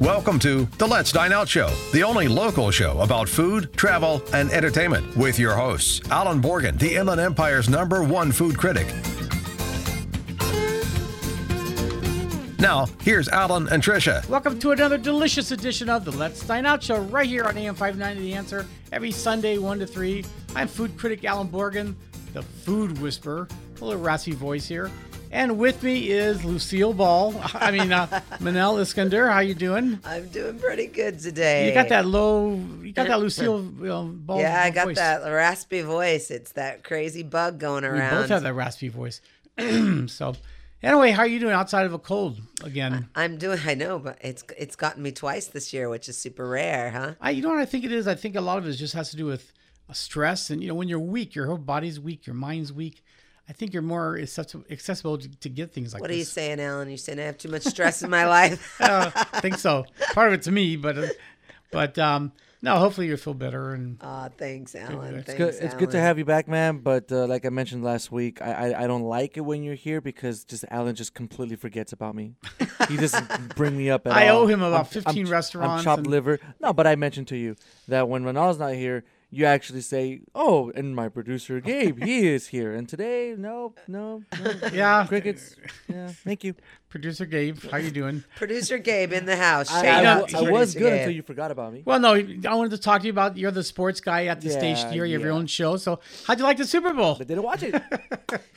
Welcome to the Let's Dine Out Show, the only local show about food, travel, and entertainment with your hosts, Alan Borgen, the Inland Empire's number one food critic. Now, here's Alan and Tricia. Welcome to another delicious edition of the Let's Dine Out Show right here on AM590 The Answer every Sunday, 1 to 3. I'm food critic Alan Borgen, the food whisperer. A little raspy voice here. And with me is Lucille Ball. I mean, uh, Manel Iskander. How you doing? I'm doing pretty good today. You got that low, you got that Lucille uh, Ball Yeah, I got voice. that raspy voice. It's that crazy bug going We around. both have that raspy voice. so, anyway, how are you doing outside of a cold again? I'm doing. I know, but it's it's gotten me twice this year, which is super rare, huh? I, you know what I think it is? I think a lot of it just has to do with uh, stress. And, you know, when you're weak, your whole body's weak, your mind's weak. I think you're more accessi- accessible to, to get things like What are this. you saying, Alan? You're saying I have too much stress in my life. Uh, I think so. Part of it's me, but, uh, but, um, no, hopefully you'll feel better. And Aw, thanks, Alan. It's Thanks, good. It's good to Alan. have you back, man. But uh, like I mentioned last week, I, I I don't like it when you're here because just Alan just completely forgets about me. He doesn't bring me up at I all. owe him about 15 ch- restaurants I'm chopped and- liver. No, but I mentioned to you that when Manal's not here, you actually say, "Oh, and my producer Gabe, he is here." And today, no, no, no. yeah, crickets. Yeah, thank you. producer Gabe, how you doing? Producer Gabe in the house. I, Shout I know, out wa- to I was Producer good Gabe. until you forgot about me. Well, no, I wanted to talk to you about you're the sports guy at the station Yeah, here. You have your yeah. own show. So, how'd you like the Super Bowl? I didn't watch it.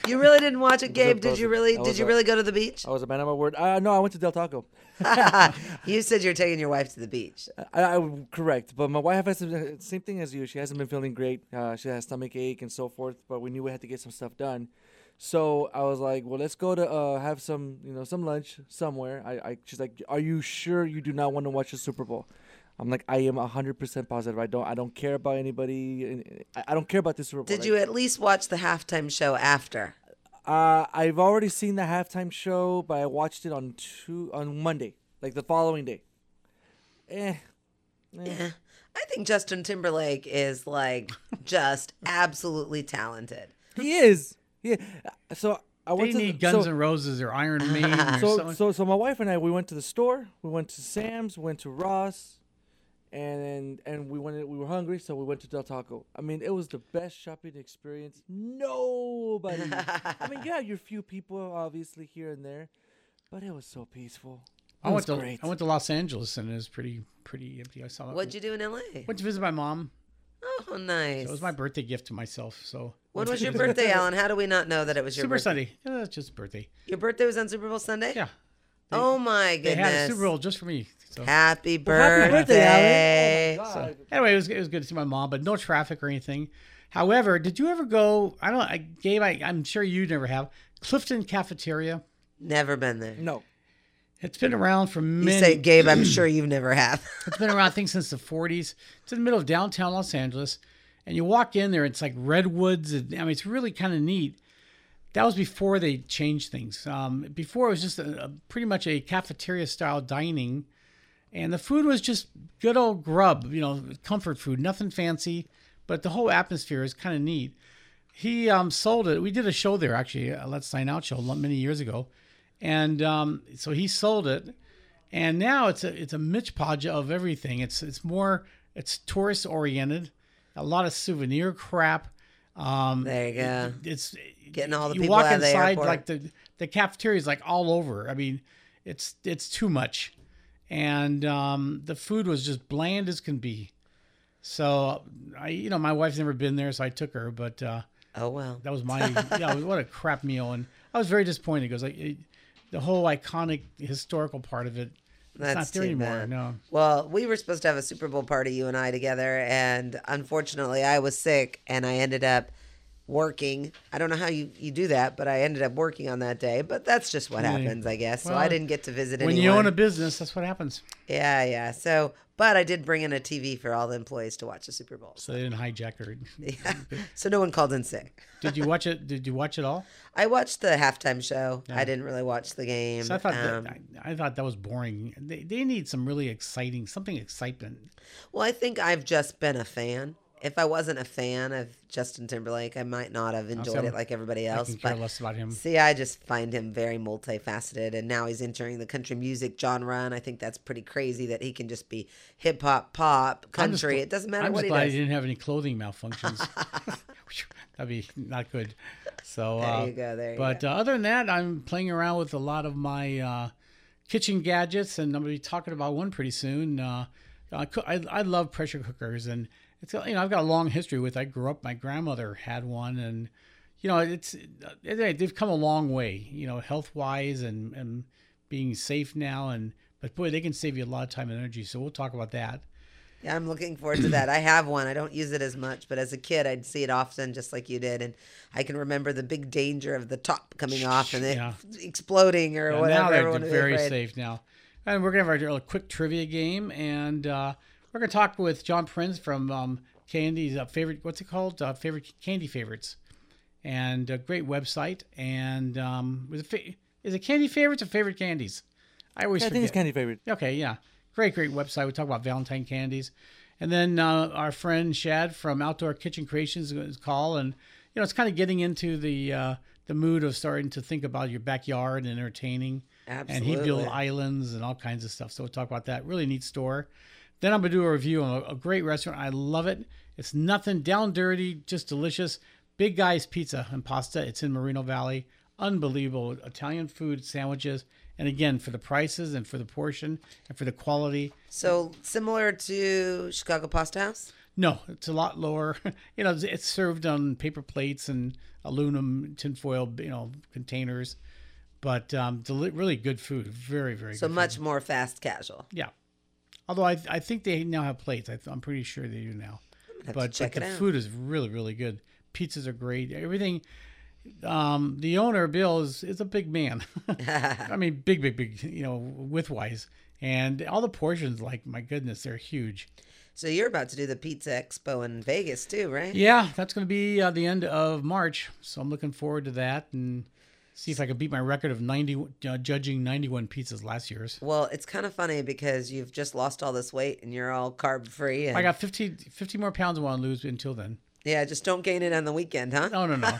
You really didn't watch it, Gabe? Did buzzer. you really? That Did was you a- really go to the beach? I was a man of my word. Uh, no, I went to Del Taco. You said you're taking your wife to the beach. I, I w- correct, but my wife has the same thing as you. She hasn't been feeling great. Uh, she has stomach ache and so forth. But we knew we had to get some stuff done, so I was like, "Well, let's go to uh, have some, you know, some lunch somewhere." I, I, she's like, "Are you sure you do not want to watch the Super Bowl?" I'm like, "I am hundred percent positive. I don't, I don't care about anybody. and- I, I don't care about this Super Bowl." Did Like, you at least watch the halftime show after? Uh, I've already seen the halftime show, but I watched it on two on Monday, like the following day. Eh, Yeah. I think Justin Timberlake is like just absolutely talented. He is. Yeah. So They I went to need the, Guns so, and Roses or Iron Maiden or so, something. so so my wife and I we went to the store. We went to Sam's. Went to Ross, and and we went. We were hungry, so we went to Del Taco. I mean, it was the best shopping experience. Nobody. I mean, yeah, you're few people obviously here and there, but it was so peaceful. I It went to was great. I went to Los Angeles and it was pretty pretty empty. I saw that. What'd you do in LA? Went to visit my mom. Oh, nice. It was my birthday gift to myself. So when was your birthday, Alan? How do we not know that it was your Super birthday? Sunday. Yeah, that's just birthday. Your birthday was on Super Bowl Sunday? Yeah, oh my they goodness. had a Super Bowl just for me. So Happy birthday. Well, happy birthday, Alan. Oh my God. anyway, it was it was good to see my mom, but no traffic or anything. However, did you ever go? I don't. I Gabe, I, I'm sure you never have Clifton Cafeteria. Never been there. No. It's been around for You many. say Gabe, I'm sure you never have. It's been around, I think, since the 40s. It's in the middle of downtown Los Angeles. And you walk in there, it's like redwoods. And, I mean, it's really kind of neat. That was before they changed things. Um, before, it was just a, a- pretty much a cafeteria style dining. And the food was just good old grub, you know, comfort food, nothing fancy. But the whole atmosphere is kind of neat. He um, sold it. We did a show there, actually, a Let's Sign Out show lo- many years ago. And um, so he sold it and now it's a it's a mitch podge of everything. It's it's more it's tourist oriented, a lot of souvenir crap. Um, There you go. it's Getting all the you people walk out of the inside airport. like the the cafeteria is like all over. I mean, it's it's too much, and um, the food was just bland as can be. So I you know my wife's never been there, so I took her, but. Uh, Oh, well. that was my yeah. What a crap meal, and I was very disappointed because like it, the whole iconic historical part of it, it's That's not there too anymore. bad. No, Well, we were supposed to have a Super Bowl party, you and I together, and unfortunately, I was sick, and I ended up working. I don't know how you, you do that, but I ended up working on that day. But that's just what happens, I guess. so I Well, didn't get to visit when anyone. you own a business, that's what happens. yeah, yeah. So, but I did bring in a TV for all the employees to watch the Super Bowl. So they didn't hijack her. Yeah. so no one called in sick. Did you watch it? Did you watch it all? I watched the halftime show. I didn't really watch the game. So I thought Um, that, I, I thought that was boring. They, they need some really exciting something excitement. Well, I think I've just been a fan. if I wasn't a fan of Justin Timberlake, I might not have enjoyed I'm- it like everybody I else. can care but less about him. See, I just find him very multifaceted, and now he's entering the country music genre, and I think that's pretty crazy that he can just be hip hop, pop, I'm just country. gl- it doesn't matter I'm what just he glad does. he didn't have any clothing malfunctions. That'd be not good. So There uh, you go. There you But go. uh, other than that, I'm playing around with a lot of my uh, kitchen gadgets, and I'm going to be talking about one pretty soon. Uh, I, coo- I, I love pressure cookers, and it's you know I've got a long history with. it. I grew up; my grandmother had one, and you know it's they- they've come a long way, you know, health wise and and being safe now. And but boy, they can save you a lot of time and energy. So we'll talk about that. Yeah, I'm looking forward to that. I have one. I don't use it as much, but as a kid, I'd see it often, just like you did, and I can remember the big danger of the top coming off and it Yeah. exploding or Yeah, whatever. Now Everyone they're would be very afraid. safe now. And we're gonna have our little quick trivia game, and uh, we're gonna talk with John Prince from um, Candy's uh, favorite. What's it called? Uh, favorite candy favorites, and a great website. And um, was it fa- is it candy favorites or favorite candies? I always I forget. think it's candy favorite. Okay, yeah. Great, great website. We talk about Valentine candies. And then uh, our friend Shad from Outdoor Kitchen Creations is call and you know it's kind of getting into the uh, the mood of starting to think about your backyard and entertaining. And he built Absolutely. islands and all kinds of stuff. So we'll talk about that. Really neat store. Then I'm gonna do a review on a, a great restaurant. I love it. It's nothing down dirty, just delicious. Big Guy's Pizza and Pasta. It's in Moreno Valley. Unbelievable Italian food sandwiches. And again, for the prices and for the portion and for the quality, So similar to Chicago Pasta House. no, it's a lot lower. you know, it's- it's served on paper plates and aluminum tinfoil, you know, containers. But um, deli- really good food. Very, very So good. food. much more fast casual. Yeah. Although I, I think they now have plates. I, I'm pretty sure they do now. have to But, check but it the out. food is really, really good. Pizzas are great. Everything. Um, the owner, Bill, is, is a big man. I mean, big, big, big, you know, width wise. And all the portions, like, my goodness, they're huge. So you're about to do the Pizza Expo in Vegas too, right? Yeah, that's going to be uh, the end of March. So I'm looking forward to that and see if I can beat my record of 90, uh, judging 91 pizzas last year's. Well, it's kind of funny because you've just lost all this weight and you're all carb free. And I got 50, 50 more pounds I want to lose until then. yeah, just don't gain it on the weekend, huh? No, no, no.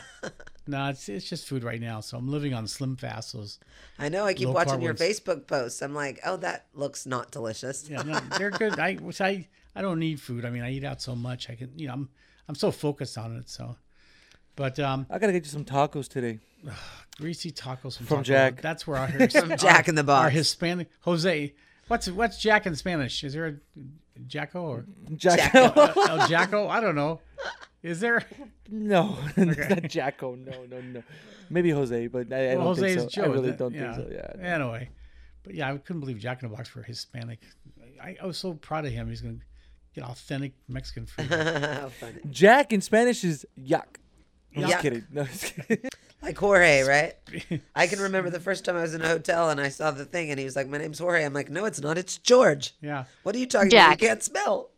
no, it's it's just food right now. So I'm living on slim fasts. those- I know. I keep Low watching carb your ones. Facebook posts. I'm like, oh, that looks not delicious. Yeah, no, uh, they're good. I which I I don't need food. I mean, I eat out so much. I can you know I'm I'm so focused on it. So, but um, I gotta get you some tacos today. greasy tacos from, From Taco Bell. Jack. That's where our from Jack in the Our, Box. Hispanic Jose. What's what's Jack in Spanish? Is there a Jacko or uh, Jack- El Jacko? I don't know. Is there? No, it's not Jacko. No, no, no. Maybe Jose, but I, I Well, don't Jose think is so. Joe. I really that- don't yeah. think so. Yeah. Anyway, but yeah, I couldn't believe Jack in the Box for Hispanic. I, I was so proud of him. He's gonna get authentic Mexican food. How funny. Jack in Spanish is yuck. I'm Yuck. just kidding. No, I'm just kidding. Like Jorge, right? I can remember the first time I was in a hotel and I saw the thing and he was like, my name's Jorge. I'm like, no, it's not. It's George. yeah. What are you talking Jack. about? You can't spell.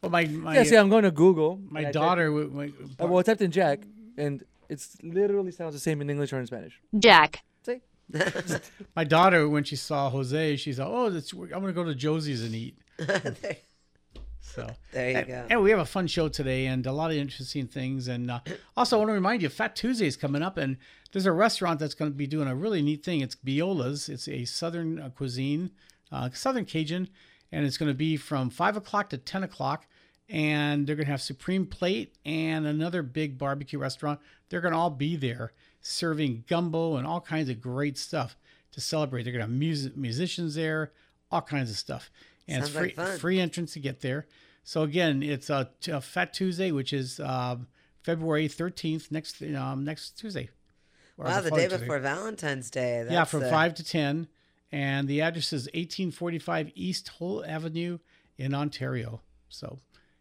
Well, my my yeah, see, I'm going to Google. and my I type- daughter. w- My, uh, well, I typed in Jack, and it's literally sounds the same in English or in Spanish. Jack. See? my daughter when she saw Jose, she said, "Oh, that's, I'm gonna go to Josie's and eat." there, So. there you go. And, and we have a fun show today and a lot of interesting things. And uh, also, I want to remind you, Fat Tuesday is coming up, and there's a restaurant that's going to be doing a really neat thing. It's Biola's. It's a Southern uh, cuisine, uh, Southern Cajun, and it's going to be from five o'clock to ten o'clock. And they're going to have Supreme Plate and another big barbecue restaurant. They're going to all be there serving gumbo and all kinds of great stuff to celebrate. They're going to have music, musicians there, all kinds of stuff. And Sounds like it's free, fun. free entrance to get there. So again, it's a, t- a Fat Tuesday, which is um, February thirteenth next um, next Tuesday. Or Wow, the the day following Tuesday. before Valentine's Day. yeah, That's, from uh, five to ten, and the address is eighteen forty five East Hull Avenue in Ontario. So,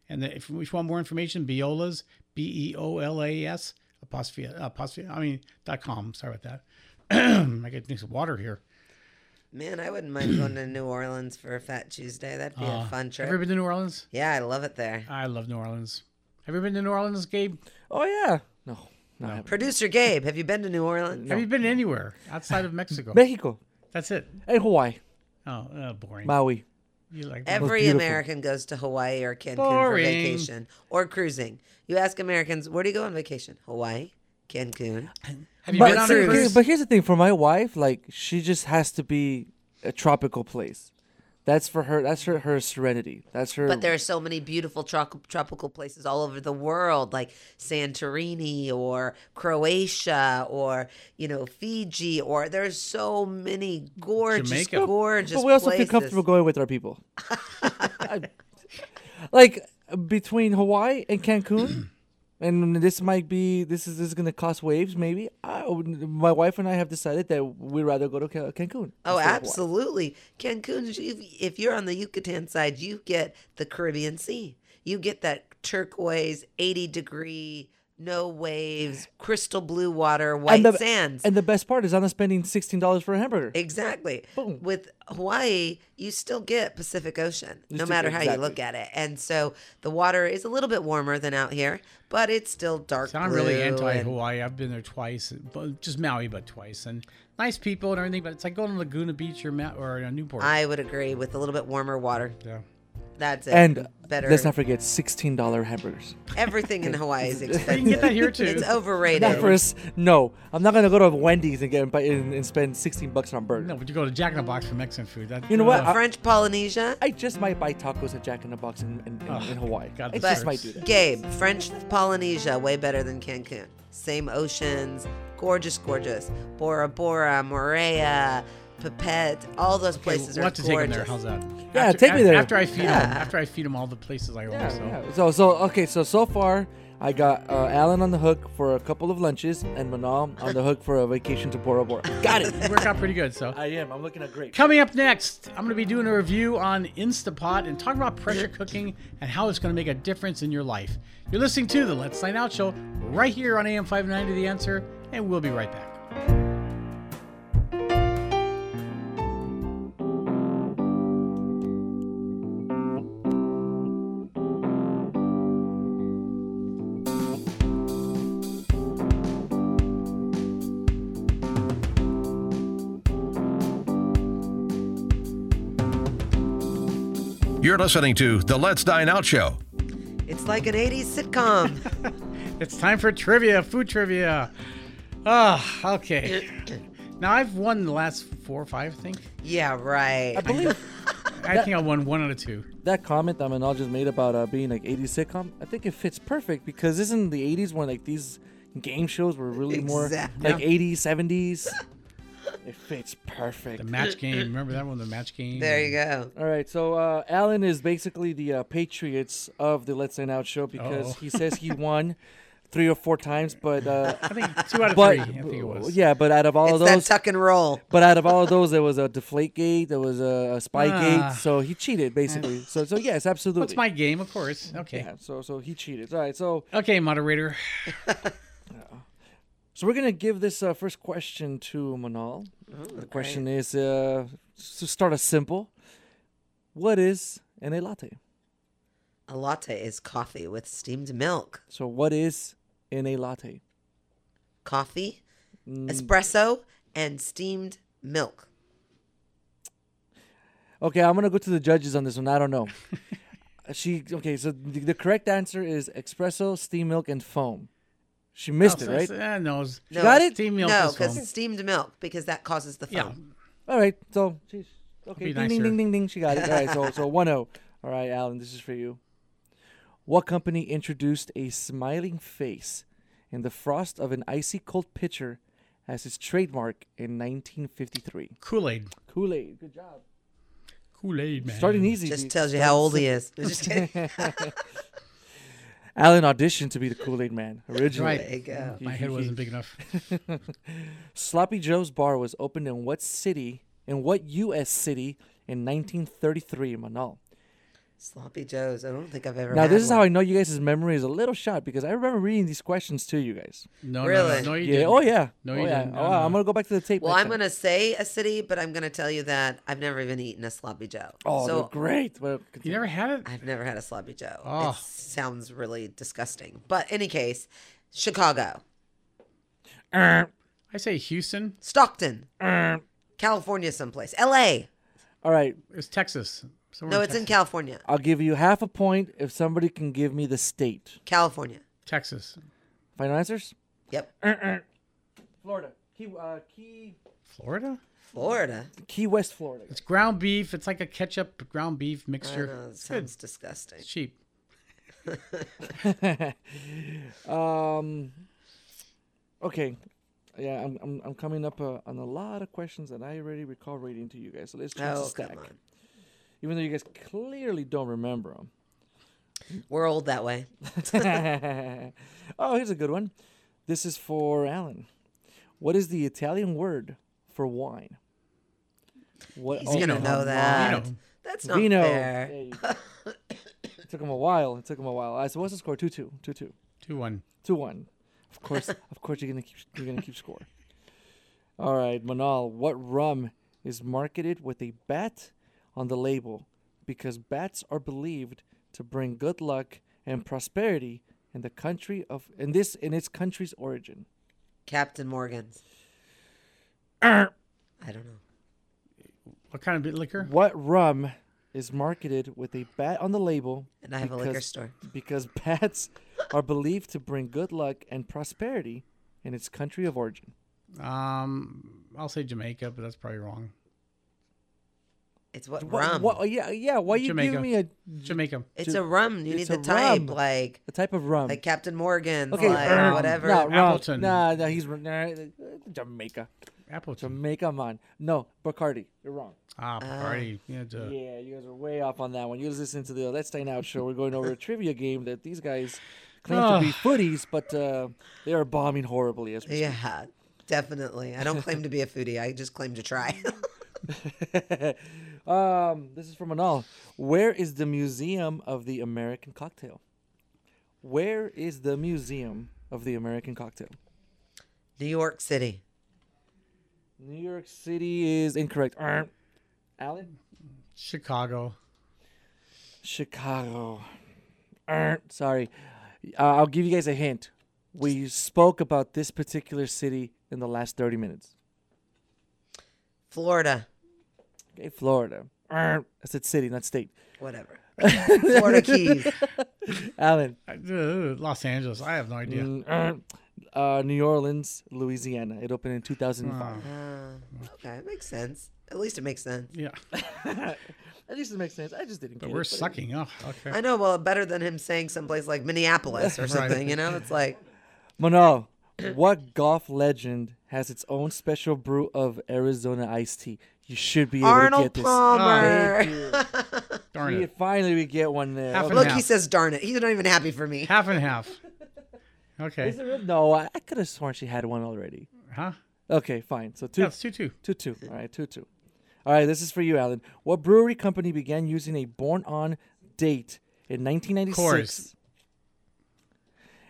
and the, if we want more information, Biolas B E O L A S apostrophe apostrophe I mean dot com. Sorry about that. I got some water here. Man, I wouldn't mind going to New Orleans for a Fat Tuesday. That'd be Ah, a fun Uh, trip. Have you ever been to New Orleans? yeah, I love it there. I love New Orleans. Have you been to New Orleans, Gabe? Oh yeah. No. No. I haven't. Producer Gabe, have you been to New Orleans? Have you been anywhere outside of Mexico? Mexico That's it. and Hawaii, Oh, uh, boring. Maui. You like that? Every beautiful. American goes to Hawaii or Cancun Boring. for vacation or cruising. You ask Americans, where do you go on vacation? Hawaii, Cancun. Have you But, been on a seriously- cruise? but here's the thing for my wife, like she just has to be a tropical place. That's for her. That's her, her serenity. That's her. But there are so many beautiful tro- tropical places all over the world, like Santorini or Croatia or you know Fiji, or there's so many gorgeous, Jamaica. gorgeous. but we also places. feel comfortable going with our people. like between Hawaii and Cancun, and this might be this is this is gonna cost waves. Maybe I, would- my wife and I have decided that we'd rather go to Ca- Cancun. Oh, instead of Hawaii. absolutely. Cancun, you- if you're on the Yucatan side, you get the Caribbean Sea. You get that turquoise, 80 degree, no waves, crystal blue water, white and the, sands. And the best part is I'm not spending sixteen dollars for a hamburger. Exactly. Boom. With Hawaii, you still get Pacific Ocean, no still- matter how you exactly. look at it. And so the water is a little bit warmer than out here, but it's still dark So I'm blue. really anti and- Hawaii. I've been there twice, but just Maui, but twice, and nice people and everything. But it's like going to Laguna Beach or Ma- or uh, Newport. I would agree with a little bit warmer water. yeah. That's it. and better. let's not forget sixteen dollar hamburgers. Everything in Hawaii is You can get expensive. that here too. it's overrated. Not for us. No, I'm not gonna go to Wendy's and get and, and spend sixteen bucks on a burger. No, but you go to Jack in the Box for Mexican food. That, You know what? uh, French Polynesia. I just might buy tacos at Jack in the Box in, in, in, in Hawaii. God I bless just her. might do that. Gabe, French Polynesia, way better than Cancun. Same oceans, gorgeous, gorgeous. Bora Bora, Morea, Pipette, all those places we'll are have to gorgeous. take them there. How's that? Yeah, after, take me af- there. After I feed them, Yeah. after I feed them all the places I want. Yeah, So. yeah. So so okay. So so far, I got uh, Alan on the hook for a couple of lunches, and Manal on the hook for a vacation to Bora Bora. Got it. Work out pretty good. So I am. I'm looking at great. coming up next, I'm going to be doing a review on Instapot and talking about pressure cooking and how it's going to make a difference in your life. You're listening to the Let's Sign Out show right here on AM 590 The Answer, and we'll be right back. You're listening to the Let's Dine Out Show. It's like an 80s sitcom. It's time for trivia, food trivia. Ah, okay. Now I've won the last four or five, I think. yeah, right. I believe I think I won one out of two. that comment that Manal just made about uh, being like 80s sitcom. I think it fits perfect because isn't the 80s when like these game shows were really Exactly. more like 80s, 70s. it fits perfect. The match game. Remember that one? The match game. There you go. All right, so uh, Alan is basically the uh, Patriots of the Let's Say Out show because Uh-oh. he says he won three or four times, but uh, I think two out of but three. I think it was. yeah, but out of all It's of that those, tuck and roll. but out of all of those, there was a Deflate Gate, there was a, a Spy Ah. Gate, so he cheated basically. So so yes, absolutely. What's my game? Of course. Okay. yeah, so so he cheated. All right, so Okay, moderator. so we're gonna give this uh, first question to Manal. the question is uh, to start us simple. What is an a latte? A latte is coffee with steamed milk. So what is in a latte? Coffee, Mm. espresso, and steamed milk. Okay, I'm gonna go to the judges on this one. I don't know. she okay. So the, the correct answer is espresso, steam milk, and foam. She missed it, right? Eh, no. it's- No, got it? Steam milk No, is foam. because steamed milk, because that causes the Yeah. foam. All right. So she's okay. be Ding, ding, nicer. ding, ding, ding. She got it. All right. So so one zero. All right, Alan. This is for you. What company introduced a smiling face in the frost of an icy cold pitcher as its trademark in 1953? Kool Aid. Kool Aid. Good job. Kool Aid, man. Starting easy. Just dude. tells you how old he is. Just kidding. Alan auditioned to be the Kool Aid Man originally. Right. There you go. My head wasn't big enough. Sloppy Joe's bar was opened in what city? In what U.S. city in 1933 in Manal? Sloppy Joe's. I don't think I've ever. Now had this is how one. I know you guys' memory is a little shot because I remember reading these questions to you guys. No, no, no, Really? no, you yeah. didn't. Oh yeah. No, oh, you yeah. didn't. No, oh, no, I'm no. gonna go back to the tape. Well, next I'm time. gonna say a city, but I'm gonna tell you that I've never even eaten a sloppy Joe. Oh, so they're great. Well, You never had it? I've never had a sloppy Joe. Oh. It sounds really disgusting. But any case, Chicago, I say Houston. Mm. Stockton, California, someplace, L.A. All right. It's Texas. So we're No, it's in Texas. California. I'll give you half a point if somebody can give me the state. California. Texas, Final answers? Yep. Mm. Florida. Key, uh, Key, Florida. Florida. Key West, Florida. It's ground beef. It's like a ketchup ground beef I mixture. know, it it's good. sounds disgusting. It's cheap. um, okay. Yeah, I'm, I'm, I'm coming up uh, on a lot of questions that I already recall reading to you guys. So let's change the Oh, stack. come on. Even though you guys clearly don't remember them. We're old that way. oh, here's a good one. This is for Alan. What is the Italian word for wine? What? He's oh, gonna Vino. know that. Vino. That's not Vino. fair. There you go. it took him a while. It took him a while. I said, "What's the score? Two two two two Two one. two one." Of course, of course, you're gonna keep you're gonna keep score. All right, Manal. What rum is marketed with a bat on the label because bats are believed to bring good luck and prosperity in the country of in this in its country's origin? Captain Morgan's. Mm. I don't know. What kind of bit liquor? What rum is marketed with a bat on the label? And I have a liquor store. Because bats are believed to bring good luck and prosperity in its country of origin. Um, I'll say Jamaica, but that's probably wrong. It's what, What- rum. what- yeah, yeah. Why you Jamaica. give me a Jamaica. it's a rum. You it's need a the type, rum. like the type of rum? like Captain Morgan's, okay, um, like rum, whatever. Not rum. Appleton. Nah, nah, he's nah, Jamaica. Appleton. Jamaica man. No, Bacardi. You're wrong. Ah, Uh, party. yeah, duh. Yeah, you guys are way off on that one. You listen to the Let's Dine Out show. We're going over a trivia game that these guys claim to be footies, but uh, they are bombing horribly as we Yeah, definitely. I don't claim to be a foodie. I just claim to try. um, this is from Manal. Where is the Museum of the American Cocktail? Where is the Museum of the American Cocktail? New York City. New York City is incorrect. Arr. Alan? Chicago. Chicago. Arr. Sorry. Uh, I'll give you guys a hint. We spoke about this particular city in the last 30 minutes. Florida. Okay, Florida. Arr. I said city, not state. Whatever. Florida Keys. Alan? Uh, duh, Los Angeles. I have no idea. Mm, arr. Uh, New Orleans, Louisiana. It opened in 2005. Uh, Okay, it makes sense. At least it makes sense. Yeah, At least it makes sense. I just didn't. but get we're it, whatever. sucking. Oh, okay. I know, well, better than him saying someplace like Minneapolis or something, you know? It's like, Manal, what golf legend has its own special brew of Arizona iced tea? You should be able to Arnold get this. Palmer. Darn Yeah, it. finally, we get one there. Half an Okay. Look, he says, darn it. He's not even happy for me. Half and half. Okay. Is it real? No, I, I could have sworn she had one already. Huh? Okay, fine. So two, Yeah, it's two two. two, two. All right, two, two. All right, this is for you, Alan. What brewery company began using a born-on date in 1996? Coors.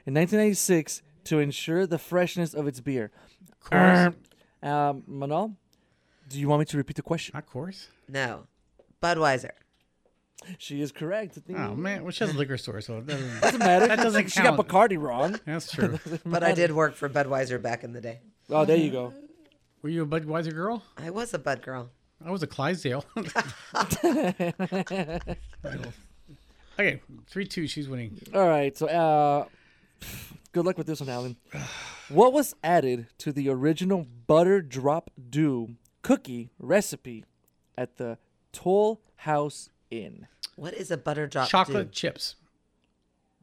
In 1996, to ensure the freshness of its beer. Course. Um, Manal, do you want me to repeat the question? Not course. No. Budweiser. She is correct. It Oh man, well, she has a liquor store, so it doesn't, doesn't matter. that doesn't she count. got Bacardi wrong. That's true. But I did work for Budweiser back in the day. Oh, there you go. Were you a Budweiser girl? I was a Bud girl. I was a Clydesdale. okay, three two. She's winning. All right. So, uh, good luck with this one, Alan. What was added to the original butter drop do cookie recipe at the Toll House Inn? What is a butter Uh, drop? Chocolate do? chips.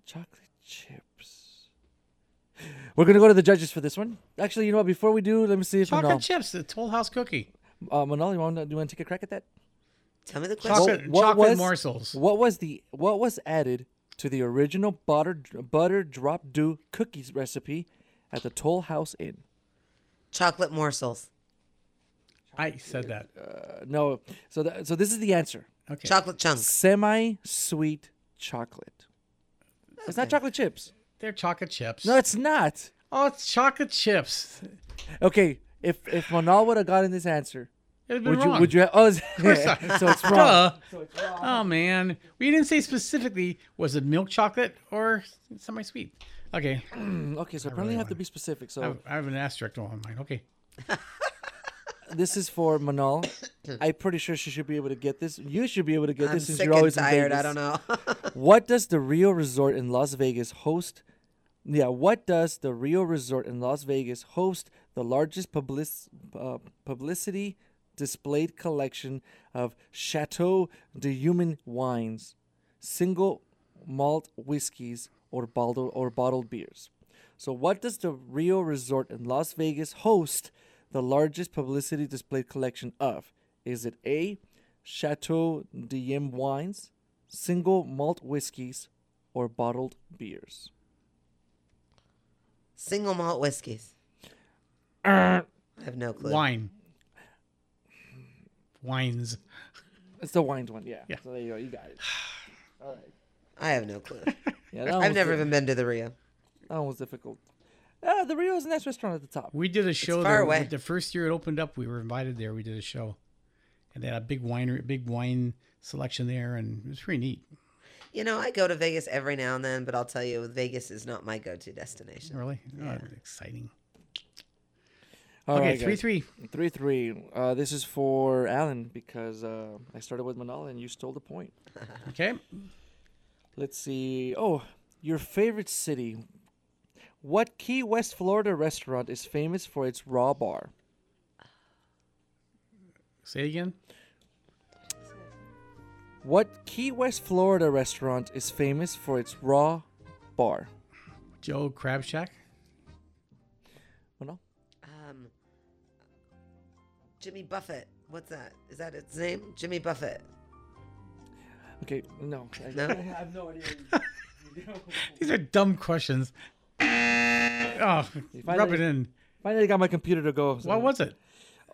Chocolate chips. We're gonna go to the judges for this one. Actually, you know what? Before we do, let me see if Chocolate Manal, chips. The Toll House cookie. uh, Manal, you want to, do you want to take a crack at that? Tell me the question. Chocolate, chocolate morsels. What was the what was added to the original butter butter drop do cookies recipe at the Toll House Inn? Chocolate morsels. I said that. Uh, no, so th- so this is the answer: Okay. Chocolate chunks. semi sweet chocolate. It's not chocolate chips. They're chocolate chips. No, it's not. Oh, it's chocolate chips. Okay, if if Monal would have gotten this answer, It would have been would wrong. you would you? Have, oh, so it's wrong. Duh. Oh man, we didn't say specifically was it milk chocolate or semi-sweet. Okay, Mm, Okay, so apparently you have to be specific. So I have an asterisk on mine. Okay, this is for Manal. I'm pretty sure she should be able to get this. You should be able to get I'm this since sick you're and always in tired. I don't Vegas. know. What does the Rio Resort in Las Vegas host? Yeah, what does the Rio Resort in Las Vegas host the largest public, uh, publicity displayed collection of Chateau de Human wines, single malt whiskeys, or bottled or bottled beers? So, what does the Rio Resort in Las Vegas host the largest publicity displayed collection of? Is it A, Chateau d'Yem wines, single malt whiskeys, or bottled beers? Single malt whiskeys. Uh. I have no clue. Wine. Wines. It's the wines one, yeah. Yeah. So there you go, you got it. I have no clue. Yeah, that I've one's never di- even been to the Rio. That one's difficult. Uh, the Rio's the next restaurant at the top. We did a show far there. away. The first year it opened up, we were invited there. We did a show, and they had a big winery, big wine selection there, and it was pretty neat. You know, I go to Vegas every now and then, but I'll tell you, Vegas is not my go-to destination. Really, Oh, exciting. All okay, right, three guys. three. Three, three. Uh, this is for Alan because uh, I started with Manal and you stole the point. Okay, Let's see. Oh, your favorite city. What Key West, Florida restaurant is famous for its raw bar? say it again. What Key West, Florida restaurant is famous for its raw bar? Joe Crab Shack. Manal? Um, Jimmy Buffett. What's that? Is that its name? Jimmy Buffett. Okay, no. I, No? I have no idea. These are dumb questions. Oh, rub it in. Finally got my computer to go. so- What was it?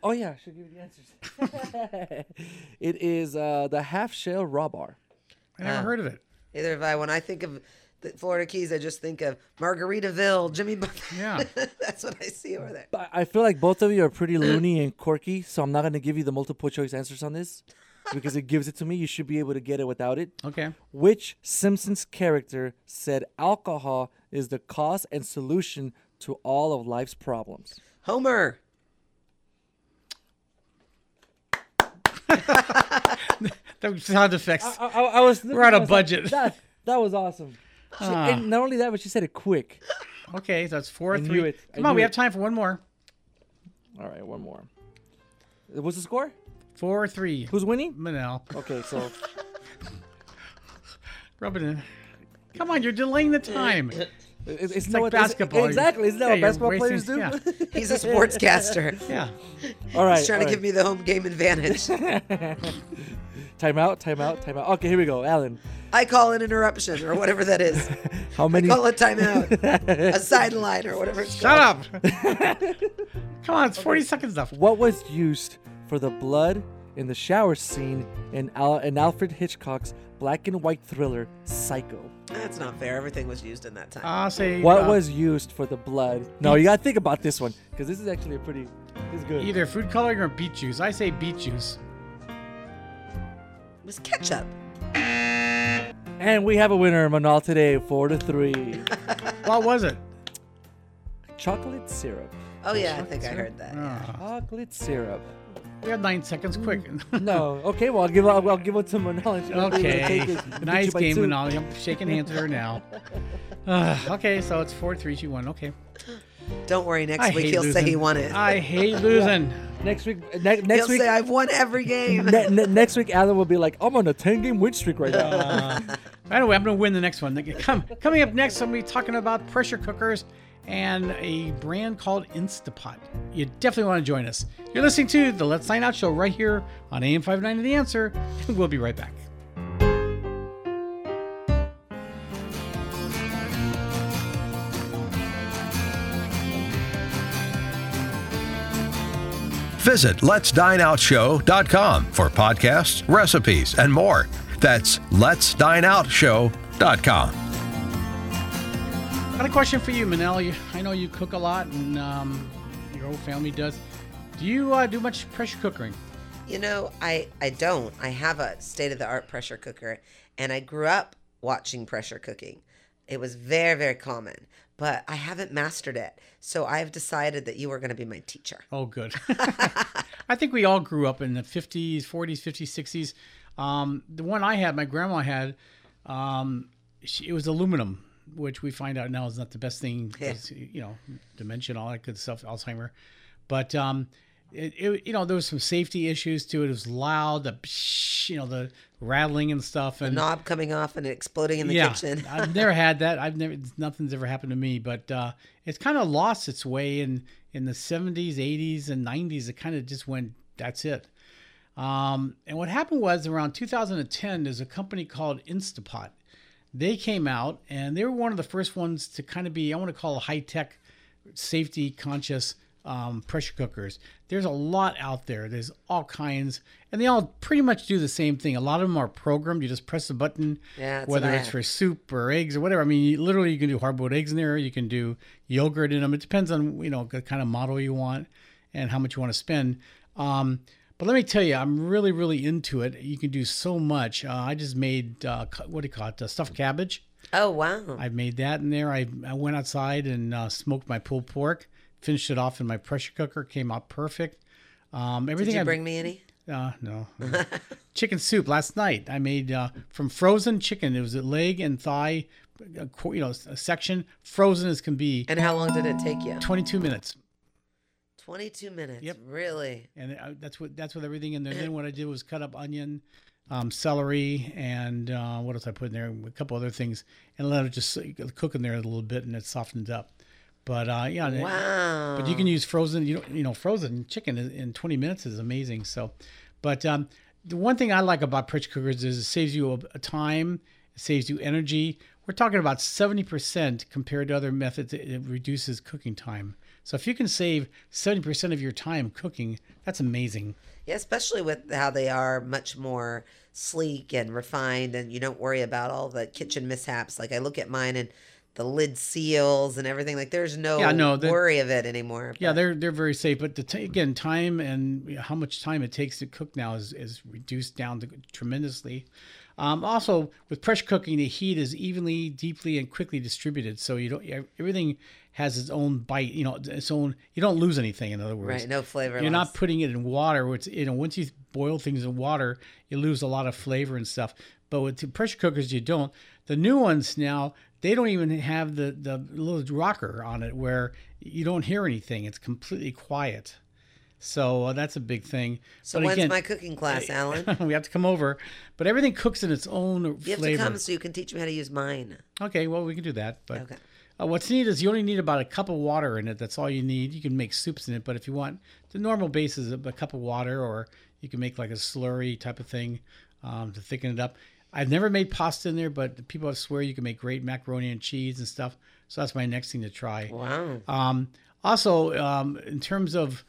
Oh, yeah, I should give you the answers. it is uh, the half shell raw bar. I never Oh. Ah. heard of it. Either of I. When I think of the Florida Keys, I just think of Margaritaville, Jimmy Buffett. Yeah. That's what I see over there. But I feel like both of you are pretty loony and quirky, so I'm not going to give you the multiple choice answers on this because it gives it to me. You should be able to get it without it. Okay. Which Simpsons character said alcohol is the cause and solution to all of life's problems? Homer. The sound effects. I, I, I was We're on a budget. Ah. That, that was awesome. She- and not only that, but she said it quick. Okay, so that's four I knew three. it. I Come on, knew we it. have time for one more. All right, one more. What's the score? Four three. Who's winning? Manel, Okay, so rub it in. Come on, you're delaying the time. Uh, it's, it's, like not basketball. exactly, isn't that Yeah, what you're basketball players do? wasting- He's a sportscaster. Yeah. All right, He's trying all to give right. me the home game advantage. Time out, time out, time out. Okay, here we go, Alan. I call an interruption or whatever that is. How many? Call a timeout, a sideline or whatever it's Shut called. up. Come on, it's 40 seconds left. What was used for the blood in the shower scene in, Al- in Alfred Hitchcock's black and white thriller Psycho? That's not fair. Everything was used in that time. I'll say What uh, was used for the blood? No, you gotta think about this one because this is actually a pretty. It's good. either food coloring or beet juice. I say beet juice. It was ketchup. And we have a winner, Manal today, four to three. What was it? Chocolate syrup. Oh yeah, I think I heard that. yeah. Oh. Ah, Chocolate syrup. we have nine seconds quick. No. Okay. Well, I'll give. I'll, I'll give it to Manal. and she'll be able to take okay. it. Beat you nice by game, two. Manali. I'm shaking hands with her now. Ah, okay, so it's 4 3 2 1. Okay. Don't worry. Next I week hate he'll losing. say he won it. I hate losing. Next week. Ne- next he'll week. say I've won every game. ne- ne- next week, Alan will be like, "I'm on a ten-game win streak right now." By the way, I'm going to win the next one. Come, coming up next, I'm going to be talking about pressure cookers and a brand called Instapot. You definitely want to join us. You're listening to the Let's Sign Out show right here on AM590 The Answer. We'll be right back. Visit letsdineoutshow.com for podcasts, recipes, and more. That's letsdineoutshow.com. Got a question for you, Manel. You- I know you cook a lot, and um, your whole family does. Do you uh, do much pressure cooking? You know, I I don't. I have a state of the art pressure cooker, and I grew up watching pressure cooking. It was very very common, but I haven't mastered it. So I've decided that you are going to be my teacher. Oh, good. I think we all grew up in the 50s, 40s, 50s, 60s. Um, the one I had, my grandma had, um, she, it was aluminum, which we find out now is not the best thing. 'cause, You know, dementia, and all that good stuff, Alzheimer. But um, it, it, you know, there was some safety issues to it. It was loud, the psh, you know, the rattling and stuff, and knob coming off and exploding in the kitchen. I've never had that. I've never nothing's ever happened to me, but uh, it's kind of lost its way in in the 70s, 80s, and 90s. It kind of just went. That's it. Um, and what happened was around 2010, there's a company called Instapot. They came out and they were one of the first ones to kind of be, I want to call high tech, safety conscious um, pressure cookers. There's a lot out there. There's all kinds, and they all pretty much do the same thing. A lot of them are programmed. You just press the button, Yeah, that's what whether I it's have. for soup or eggs or whatever. I mean, you, literally, you can do hard boiled eggs in there. You can do yogurt in them. It depends on you know the kind of model you want and how much you want to spend. Um, but let me tell you, I'm really, really into it. You can do so much. Uh, I just made uh, cu- what do you call it? Uh, stuffed cabbage. Oh wow! I made that in there. I, I went outside and uh, smoked my pulled pork, finished it off in my pressure cooker. Came out perfect. Um, everything Did you I bring me any? uh, no. chicken soup last night. I made uh, from frozen chicken. It was a leg and thigh, a, qu- you know, a section frozen as can be. And how long did it take you? 22 minutes, Twenty-two minutes. Yep. Really? and uh, that's what that's with everything in there. Then what I did was cut up onion, um, celery, and uh, what else I put in there? A couple other things, and let it just uh, cook in there a little bit, and it softened up. But uh, yeah, and it- Wow. But you can use frozen, you know, you know, frozen chicken in- in 20 minutes is amazing. So, but um, the one thing I like about pressure cookers is it saves you a, a time, it saves you energy. We're talking about 70% compared to other methods. It, it reduces cooking time. So if you can save 70% of your time cooking, that's amazing. Yeah, especially with how they are much more sleek and refined, and you don't worry about all the kitchen mishaps. Like I look at mine and the lid seals and everything. Like there's no, Yeah, no, the- worry of it anymore. Yeah, but- they're they're very safe. But the t- again, time and how much time it takes to cook now is, is reduced down to, tremendously. Um, also, with pressure cooking, the heat is evenly, deeply, and quickly distributed, so you don't ev- everything has its own bite. You know, its own. You don't lose anything. In other words, right. No flavor. you're loss. not putting it in water. Which you know, once you boil things in water, you lose a lot of flavor and stuff. But with the pressure cookers, you don't. The new ones now, they don't even have the the little rocker on it where you don't hear anything. It's completely quiet. So uh, that's a big thing. So but when's again, my cooking class, Alan? we have to come over. But everything cooks in its own You have flavor. to come so you can teach me how to use mine. Okay, well, we can do that. But Okay. uh, what's neat is you only need about a cup of water in it. That's all you need. You can make soups in it, but if you want the normal base is a, a cup of water, or you can make like a slurry type of thing um, to thicken it up. I've never made pasta in there, but people swear you can make great macaroni and cheese and stuff. So that's my next thing to try. Wow. Um, also, um, in terms of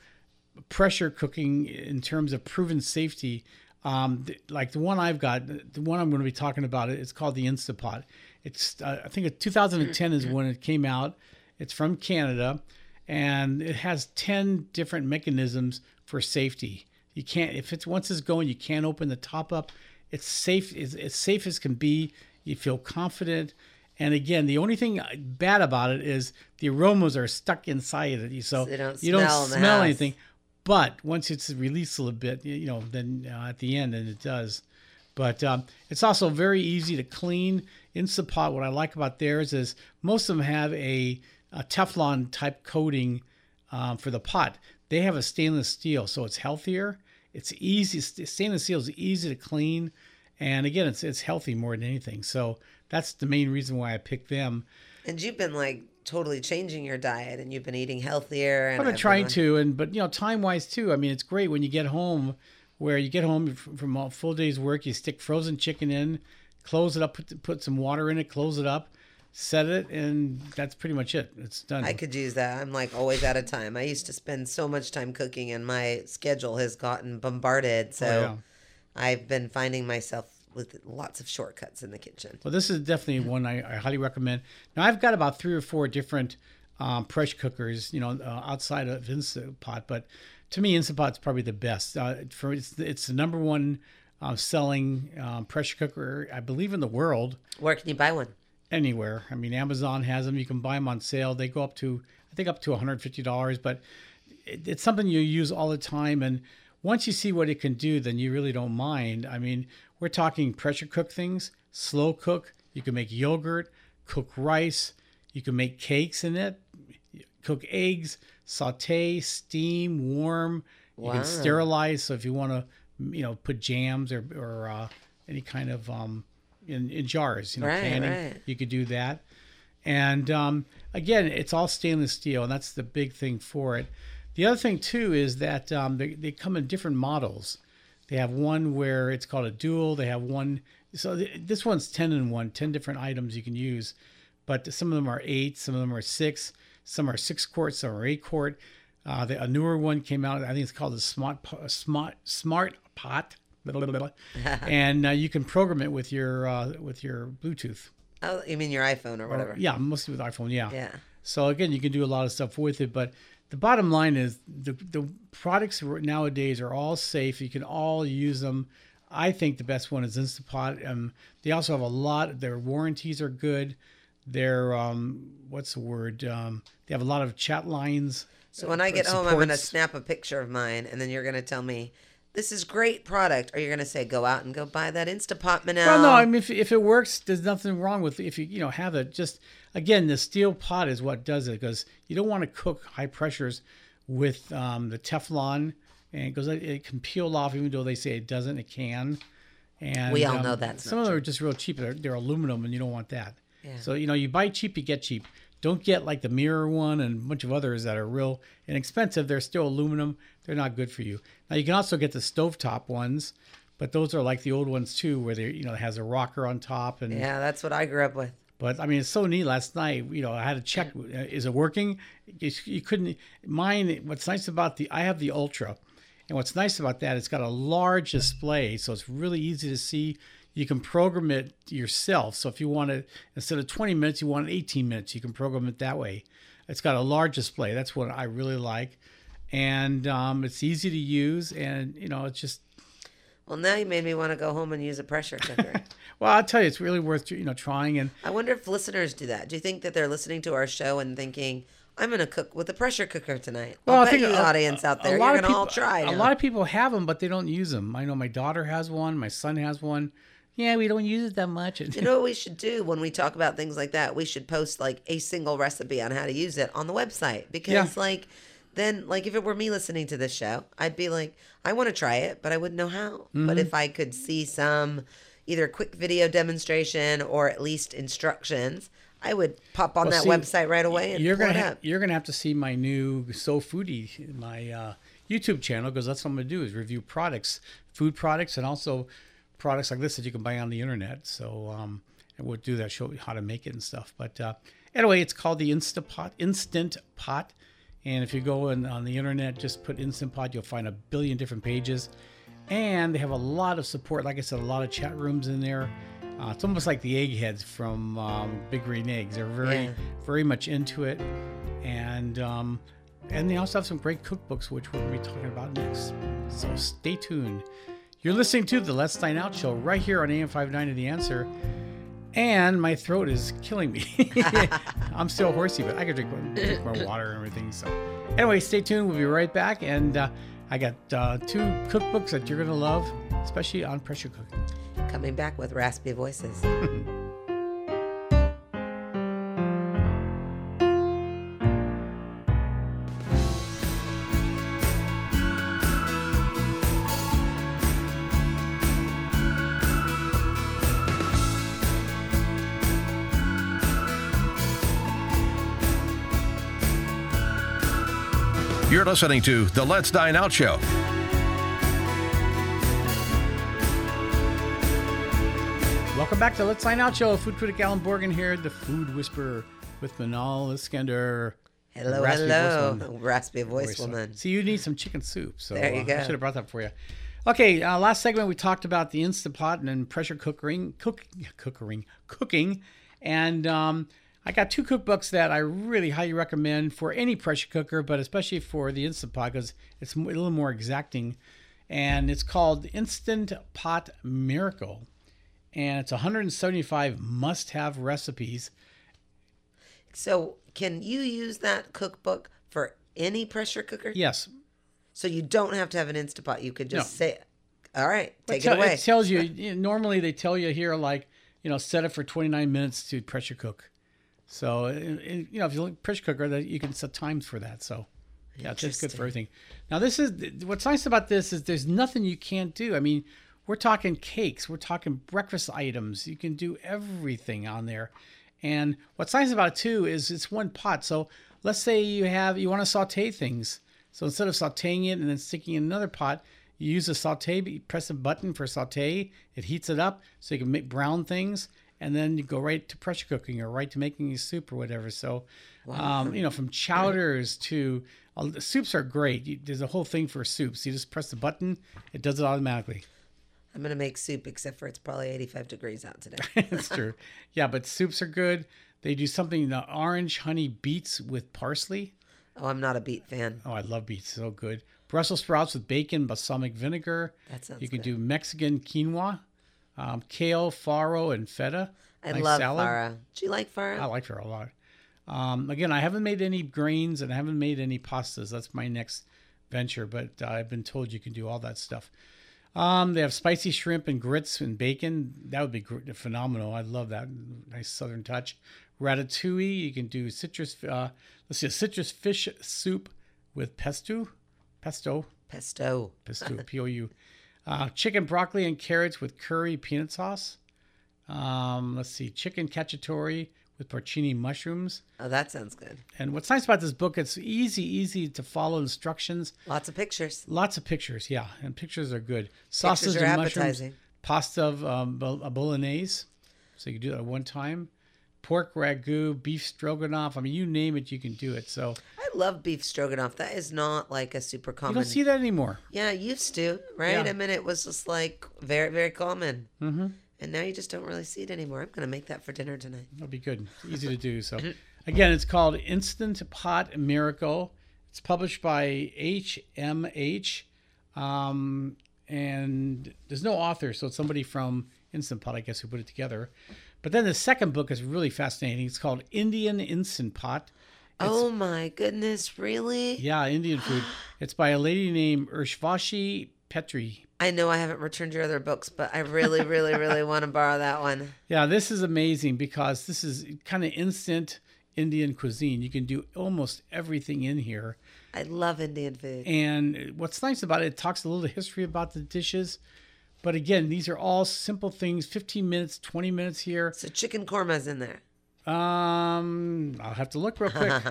pressure cooking, in terms of proven safety, um, th- like the one I've got, th- the one I'm going to be talking about, it's called the Instapot. It's uh, I think it- 2010 is when it came out. It's from Canada, and it has 10 different mechanisms for safety. You can't if it's once it's going, you can't open the top up. It's safe. It's as safe as can be. You feel confident. And again, the only thing bad about it is the aromas are stuck inside it, so They don't you don't smell smell, in the house. anything. But once it's released a little bit, you- you know, then uh, at the end, and it does. But um, it's also very easy to clean. Instapot, what I like about theirs is most of them have a, a Teflon type coating um, for the pot. They have a stainless steel, so it's healthier. It's easy. st- Stainless steel is easy to clean, and again, it's it's healthy more than anything. So that's the main reason why I picked them. And you've been like totally changing your diet, and you've been eating healthier. And I've been I've trying like- to, and but you know, time wise too. I mean, it's great when you get home, where you get home f- from a full day's work, you stick frozen chicken in, close it up, put put some water in it, close it up, set it, and that's pretty much it. It's done. I could use that. I'm like always out of time. I used to spend so much time cooking, and my schedule has gotten bombarded. So Oh, yeah. I've been finding myself with lots of shortcuts in the kitchen. Well, this is definitely Mm-hmm. one I, I highly recommend. Now, I've got about three or four different um, pressure cookers, you know, uh, outside of Instapot, but to me, Instapot's probably the best. Uh, for it's, the- it's the number one uh, selling um, pressure cooker, I believe, in the world Where can you buy one? anywhere. I mean, Amazon has them. You can buy them on sale. They go up to, I think, up to $150, but it, it's something you use all the time. And once you see what it can do, then you really don't mind. I mean, we're talking pressure cook things, slow cook. You can make yogurt, cook rice. You can make cakes in it, cook eggs, saute, steam, warm. You Wow. can sterilize. So if you want to, you know, put jams or, or uh, any kind of um, in, in jars, you know, Right, canning, right. you could do that. And um, again, it's all stainless steel, and that's the big thing for it. The other thing too is that um, they, they come in different models. They have one where it's called a dual. They have one. So th- this one's ten in one, 10 different items you can use, but some of them are eight, some of them are six, some are six quart, some are eight quart. Uh, the, a newer one came out. I think it's called the smart Po- uh, smart smart pot, blah, blah, blah, blah. and uh, you can program it with your uh, with your Bluetooth. Oh, you mean your iPhone or whatever? Yeah, mostly with iPhone. Yeah. Yeah. So again, you can do a lot of stuff with it, but the bottom line is the the products nowadays are all safe. You can all use them. I think the best one is Instapot. Um, they also have a lot. Their warranties are good. Their um, what's the word? Um, they have a lot of chat lines. So when I get home, I'm going to supports. snap a picture of mine, and then you're going to tell me this is great product, or you're going to say go out and go buy that Instapot Manel. Well, no, I mean, if, if it works, there's nothing wrong with if you you know have it. Just again, the steel pot is what does it because you don't want to cook high pressures with um, the Teflon, and because it, it can peel off, even though they say it doesn't, it can. And um, We all know that's some not of them are just real cheap. They're, they're aluminum, and you don't want that. So you know, you buy cheap, you get cheap. Don't get like the mirror one and a bunch of others that are real inexpensive. They're still aluminum. They're not good for you. Now you can also get the stovetop ones, but those are like the old ones too, where they you know it has a rocker on top and. yeah, that's what I grew up with. But I mean, it's so neat. Last night, you know, I had to check: uh, is it working? You, you couldn't. Mine. What's nice about the I have the Ultra, and what's nice about that, it's got a large display, so it's really easy to see. You can program it yourself. So if you want it instead of 20 minutes, you want it 18 minutes. You can program it that way. It's got a large display. That's what I really like, and um, it's easy to use. And you know, it's just Well, now you made me want to go home and use a pressure cooker. well, I'll tell you, it's really worth you know trying. And I wonder if listeners do that. Do you think that they're listening to our show and thinking, I'm going to cook with a pressure cooker tonight? Well, bet you, a- audience out there, lot you're of going to all people- try. A now. lot of people have them, but they don't use them. I know my daughter has one. My son has one. Yeah, we don't use it that much. you know what we should do when we talk about things like that? We should post like a single recipe on how to use it on the website because, Yeah. like, then, like, if it were me listening to this show, I'd be like, I want to try it, but I wouldn't know how. Mm-hmm. But if I could see some either quick video demonstration or at least instructions, I would pop on Well, that see, website right away and you're pull gonna it ha- up. you're gonna have to see my new So Foodie my uh, YouTube channel because that's what I'm gonna do is review products, food products, and also products like this that you can buy on the internet. So um, and we'll do that show you how to make it and stuff. But uh, anyway, it's called the Instapot Instant Pot, and if you go in, on the internet, just put Instant Pot, you'll find a billion different pages, and they have a lot of support. Like I said, a lot of chat rooms in there. Uh, it's almost like the eggheads from um, Big Green Eggs. They're very Yeah. very much into it, and um, and they also have some great cookbooks, which we're going to be talking about next. So stay tuned. You're listening to the Let's Dine Out show right here on AM59 of the Answer, and my throat is killing me. I'm still horsey, but I could drink, more- drink more water and everything. So anyway, stay tuned. We'll be right back, and uh, I got uh, two cookbooks that you're going to love, especially on pressure cooking. Coming back with raspy voices. You're listening to the Let's Dine Out Show. Welcome back to Let's Sign Out Show. Food critic Alan Borgen here, the Food Whisperer with Manal Iskender. Hello, Raspy voice hello, woman. raspy voice Voice woman. So you need some chicken soup. So There you uh, go. I should have brought that for you. Okay, uh, last segment we talked about the instant pot and then pressure cooking, cook, cooking, cooking, and um, I got two cookbooks that I really highly recommend for any pressure cooker, but especially for the instant pot because it's a little more exacting. And it's called Instant Pot Miracle, and it's 175 must-have recipes. So, can you use that cookbook for any pressure cooker? Yes, So you don't have to have an Instapot. You could just say, all right, take tell- it away. It tells you, you know, normally they tell you here like you know set it for 29 minutes to pressure cook. So and- and, you know if you look at pressure cooker that you can set times for that. So yeah, it's it's good for everything. Now this is what's nice about this is there's nothing you can't do. I mean, we're talking cakes, we're talking breakfast items. You can do everything on there. And what's nice about it too is it's one pot. So let's say you have you want to saute things. So instead of sauteing it and then sticking it in another pot, you use a saute, you press a button for saute, it heats it up so you can make brown things, and then you go right to pressure cooking or right to making a soup or whatever. So, um, you know, from chowders to uh, the soups are great. You, there's a whole thing for soups. You just press the button, it does it automatically. I'm going to make soup, except for it's probably 85 degrees out today. That's true. Yeah, but soups are good. They do something, the orange honey beets with parsley. oh, I'm not a beet fan. Oh, I love beets. So good. Brussels sprouts with bacon, balsamic vinegar. That sounds You can good. do Mexican quinoa, um, kale, farro, and feta. I Oh, Nice love salad. Farah. Do you like Farah? I like her a lot. Um, again, I haven't made any grains and I haven't made any pastas. That's my next venture, but uh, I've been told you can do all that stuff. Um, they have spicy shrimp and grits and bacon. That would be gr- phenomenal. I love that nice southern touch. Ratatouille. You can do citrus. Uh, let's see, a citrus fish soup with pesto, pesto, Pesto. pesto, p o u. Uh, chicken broccoli and carrots with curry peanut sauce. Um, let's see, chicken cacciatore with porcini mushrooms. Oh, that sounds good. And what's nice about this book, it's easy, easy to follow instructions. Lots of pictures. Lots of pictures, yeah, and pictures are good. Sauces are and mushrooms, appetizing. pasta of um, bol- a bolognese, so you can do that one time. Pork ragu, beef stroganoff. I mean, you name it, you can do it. So I love beef stroganoff. That is not like a super you common. don't see that anymore. Yeah, it used to, right? Yeah. I mean, it was just like very, very common. Mm-hmm. And now you just don't really see it anymore. I'm going to make that for dinner tonight. That'll be good. It's easy to do. So, again, it's called Instant Pot Miracle. It's published by HMH, um, and there's no author, so it's somebody from Instant Pot, I guess, who put it together. But then the second book is really fascinating. It's called Indian Instant Pot. oh my goodness, really? Yeah, Indian food. It's by a lady named Urshvashi Petri. I know I haven't returned your other books, but I really, really, really want to borrow that one. Yeah, this is amazing because this is kind of instant Indian cuisine. You can do almost everything in here. I love Indian food. And what's nice about it, it talks a little history about the dishes. But again, these are all simple things 15 minutes, 20 minutes here. So chicken korma's in there. Um, I'll have to look real quick.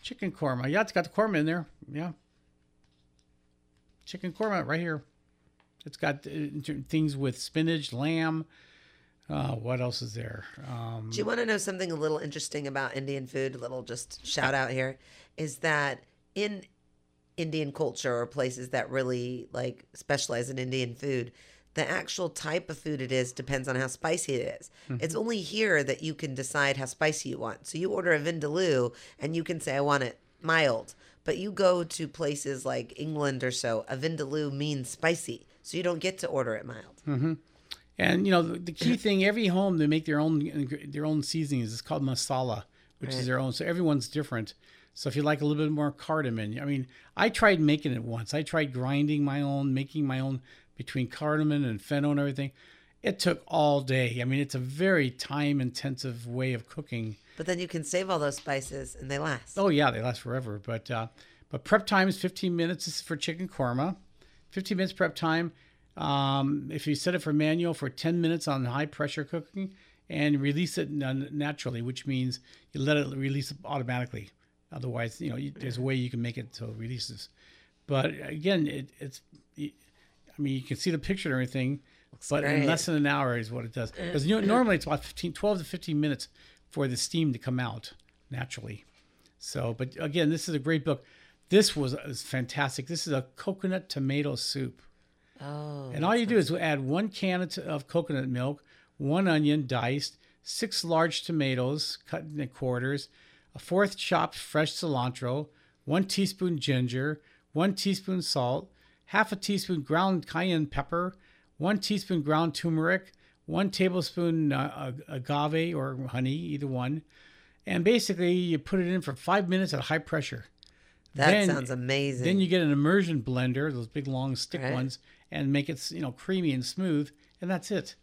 Chicken korma. Yeah, it's got the korma in there. Yeah. Chicken korma right here. It's got uh, inter- things with spinach, lamb. Uh, what else is there? Um, Do you want to know something a little interesting about Indian food? A little just shout out here is that in Indian culture or places that really like specialize in Indian food, the actual type of food it is depends on how spicy it is. It's only here that you can decide how spicy you want. So you order a vindaloo and you can say, I want it mild. But you go to places like England or so, a vindaloo means spicy. So you don't get to order it mild. And you know the, the key thing, every home they make their own ing- their own seasonings. It's called masala, which is their own. So everyone's different. So if you like a little bit more cardamom, I mean, I tried making it once. I tried grinding my own, making my own between cardamom and fennel and everything. It took all day. I mean, it's a very time intensive way of cooking. But then you can save all those spices and they last. Oh yeah, they last forever. But uh, but prep time is 15 minutes This is for chicken korma. 15 minutes prep time. Um, if you set it for manual for 10 minutes on high pressure cooking and release it n- naturally, which means you let it release automatically. Otherwise, you know, you, there's a way you can make it so it releases. But again, it, it's, I mean, you can see the picture and everything, but in great. less than an hour is what it does. Because normally it's about 15, 12 to 15 minutes for the steam to come out naturally. So, but again, this is a great book. This was, was fantastic. This is a coconut tomato soup. Oh. And all you do is add one can of, of coconut milk, one onion diced, six large tomatoes cut into quarters, a fourth chopped fresh cilantro, one teaspoon ginger, one teaspoon salt, half a teaspoon ground cayenne pepper, one teaspoon ground turmeric, one tablespoon uh, ag- agave or honey, either one. And basically, you put it in for five minutes at high pressure. That Then- sounds amazing. Then you get an immersion blender, those big long stick Right. ones, and make it you know creamy and smooth, and that's it.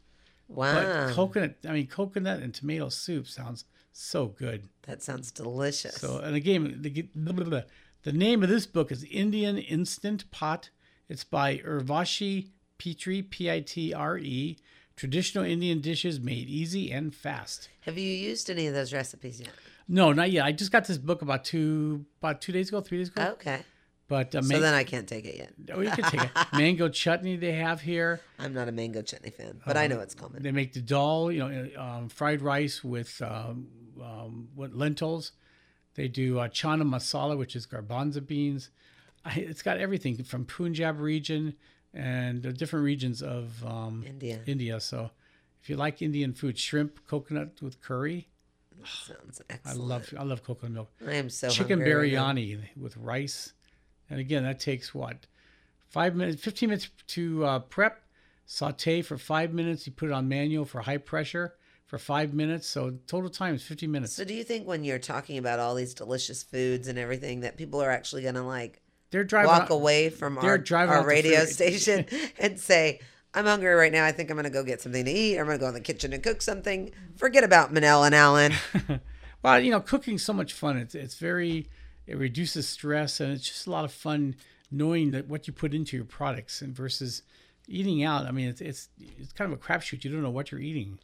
But wow, coconut, I mean coconut and tomato soup sounds so good. that sounds delicious. So and again, the, blah, blah, blah. the name of this book is Indian Instant Pot. It's by Urvashi Petri, P-I-T-R-E. E. Traditional Indian dishes made easy and fast. Have you used any of those recipes yet? No, not yet. I just got this book about two about two days ago, three days ago. Okay, But uh, Oh. so man- then I can't take it yet. oh, you can take it. mango chutney they have here. I'm not a mango chutney fan, but Um, I know it's common. They make the dal, you know, uh, um, fried rice with um, um, what lentils. They do uh, chana masala, which is garbanzo beans. I, it's got everything from Punjab region and the different regions of um, India. India. So, if you like Indian food, shrimp, coconut with curry. Sounds I excellent. love I love coconut milk. I am so Chicken hungry right now. biryani with rice, and again that takes what five minutes, fifteen minutes to uh, prep. Saute for five minutes. You put it on manual for high pressure for five minutes. So total time is fifteen minutes. So do you think when you're talking about all these delicious foods and everything that people are actually going to like They're driving. walk out- away from they're our, driving out our the radio food. station and say, I'm hungry right now. I think I'm going to go get something to eat. I'm going to go in the kitchen and cook something. Forget about Manel and Alan. Well, you know, cooking's so much fun. It's it's very it reduces stress and it's just a lot of fun knowing that what you put into your products and versus eating out. I mean, it's it's it's kind of a crapshoot. You don't know what you're eating.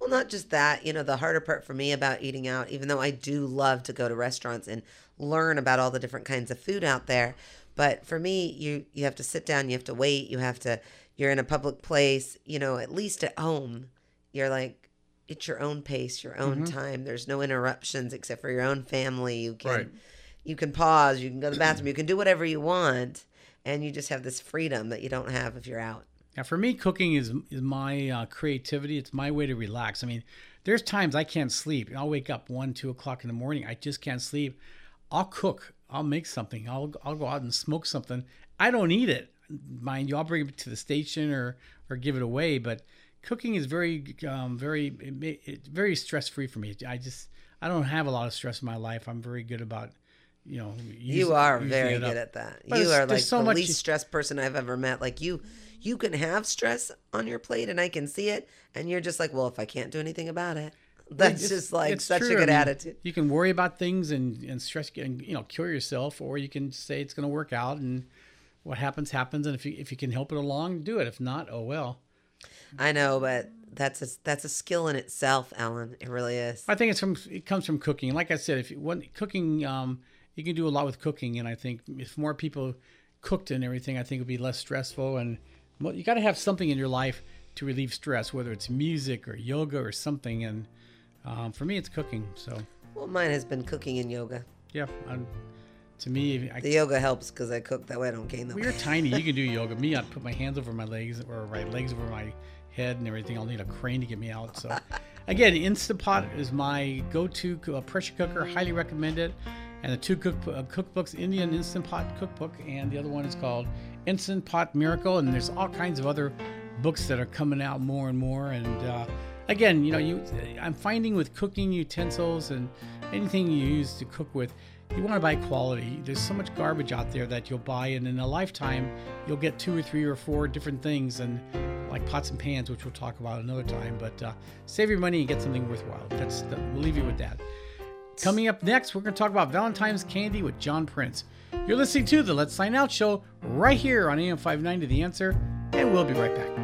Well, not just that, you know, the harder part for me about eating out, even though I do love to go to restaurants and learn about all the different kinds of food out there, but for me, you you have to sit down, you have to wait, you have to you're in a public place, you know, at least at home, you're like it's your own pace, your own time. There's no interruptions except for your own family. You can Right. you can pause, you can go to the bathroom, you can do whatever you want, and you just have this freedom that you don't have if you're out. Now, for me, cooking is is my uh, creativity. It's my way to relax. I mean, there's times I can't sleep, and I'll wake up one, two o'clock in the morning. I just can't sleep. I'll cook. I'll make something. I'll I'll go out and smoke something. I don't eat it, mind you. I'll bring it to the station or or give it away. But cooking is very um, very it, ma- it, very stress free for me. I just I don't have a lot of stress in my life. I'm very good about you know. You using- are using very it up. good at that. But you it's- are there's like so the much- least stressed person I've ever met. Like you, you can have stress on your plate, and I can see it, and you're just like, well, if I can't do anything about it, that's It's- just like it's such true. a I good mean, attitude. You can worry about things and and stress and you know kill yourself, or you can say it's going to work out and what happens happens. And if you if you can help it along, do it. If not, oh well. I know, but that's a that's a skill in itself, Ellen. It really is. I think it's from it comes from cooking. Like I said, if you one cooking, um, you can do a lot with cooking, and I think if more people cooked and everything, I think it would be less stressful. And well, you got to have something in your life to relieve stress, whether it's music or yoga or something. And um, for me, it's cooking. So Well, mine has been cooking and yoga. yeah, i to me, I The yoga helps because I cook that way. I don't gain the Well, you're weight. tiny. You can do yoga. Me, I'd put my hands over my legs or my legs over my head and everything. I'll need a crane to get me out. So, again, Instapot is my go-to co- uh, pressure cooker. Highly recommend it. And the two cook, uh, cookbooks, Indian Instant Pot Cookbook, and the other one is called Instant Pot Miracle. And there's all kinds of other books that are coming out more and more. And uh, again, you know, you I'm finding with cooking utensils and anything you use to cook with, you want to buy quality. There's so much garbage out there that you'll buy, and in a lifetime, you'll get two or three or four different things, and like pots and pans, which we'll talk about another time. But uh, save your money and get something worthwhile. That's the, we'll leave you with that. Coming up next, we're going to talk about Valentine's candy with John Prince. You're listening to the Let's Sign Out show right here on AM 590 The Answer, and we'll be right back.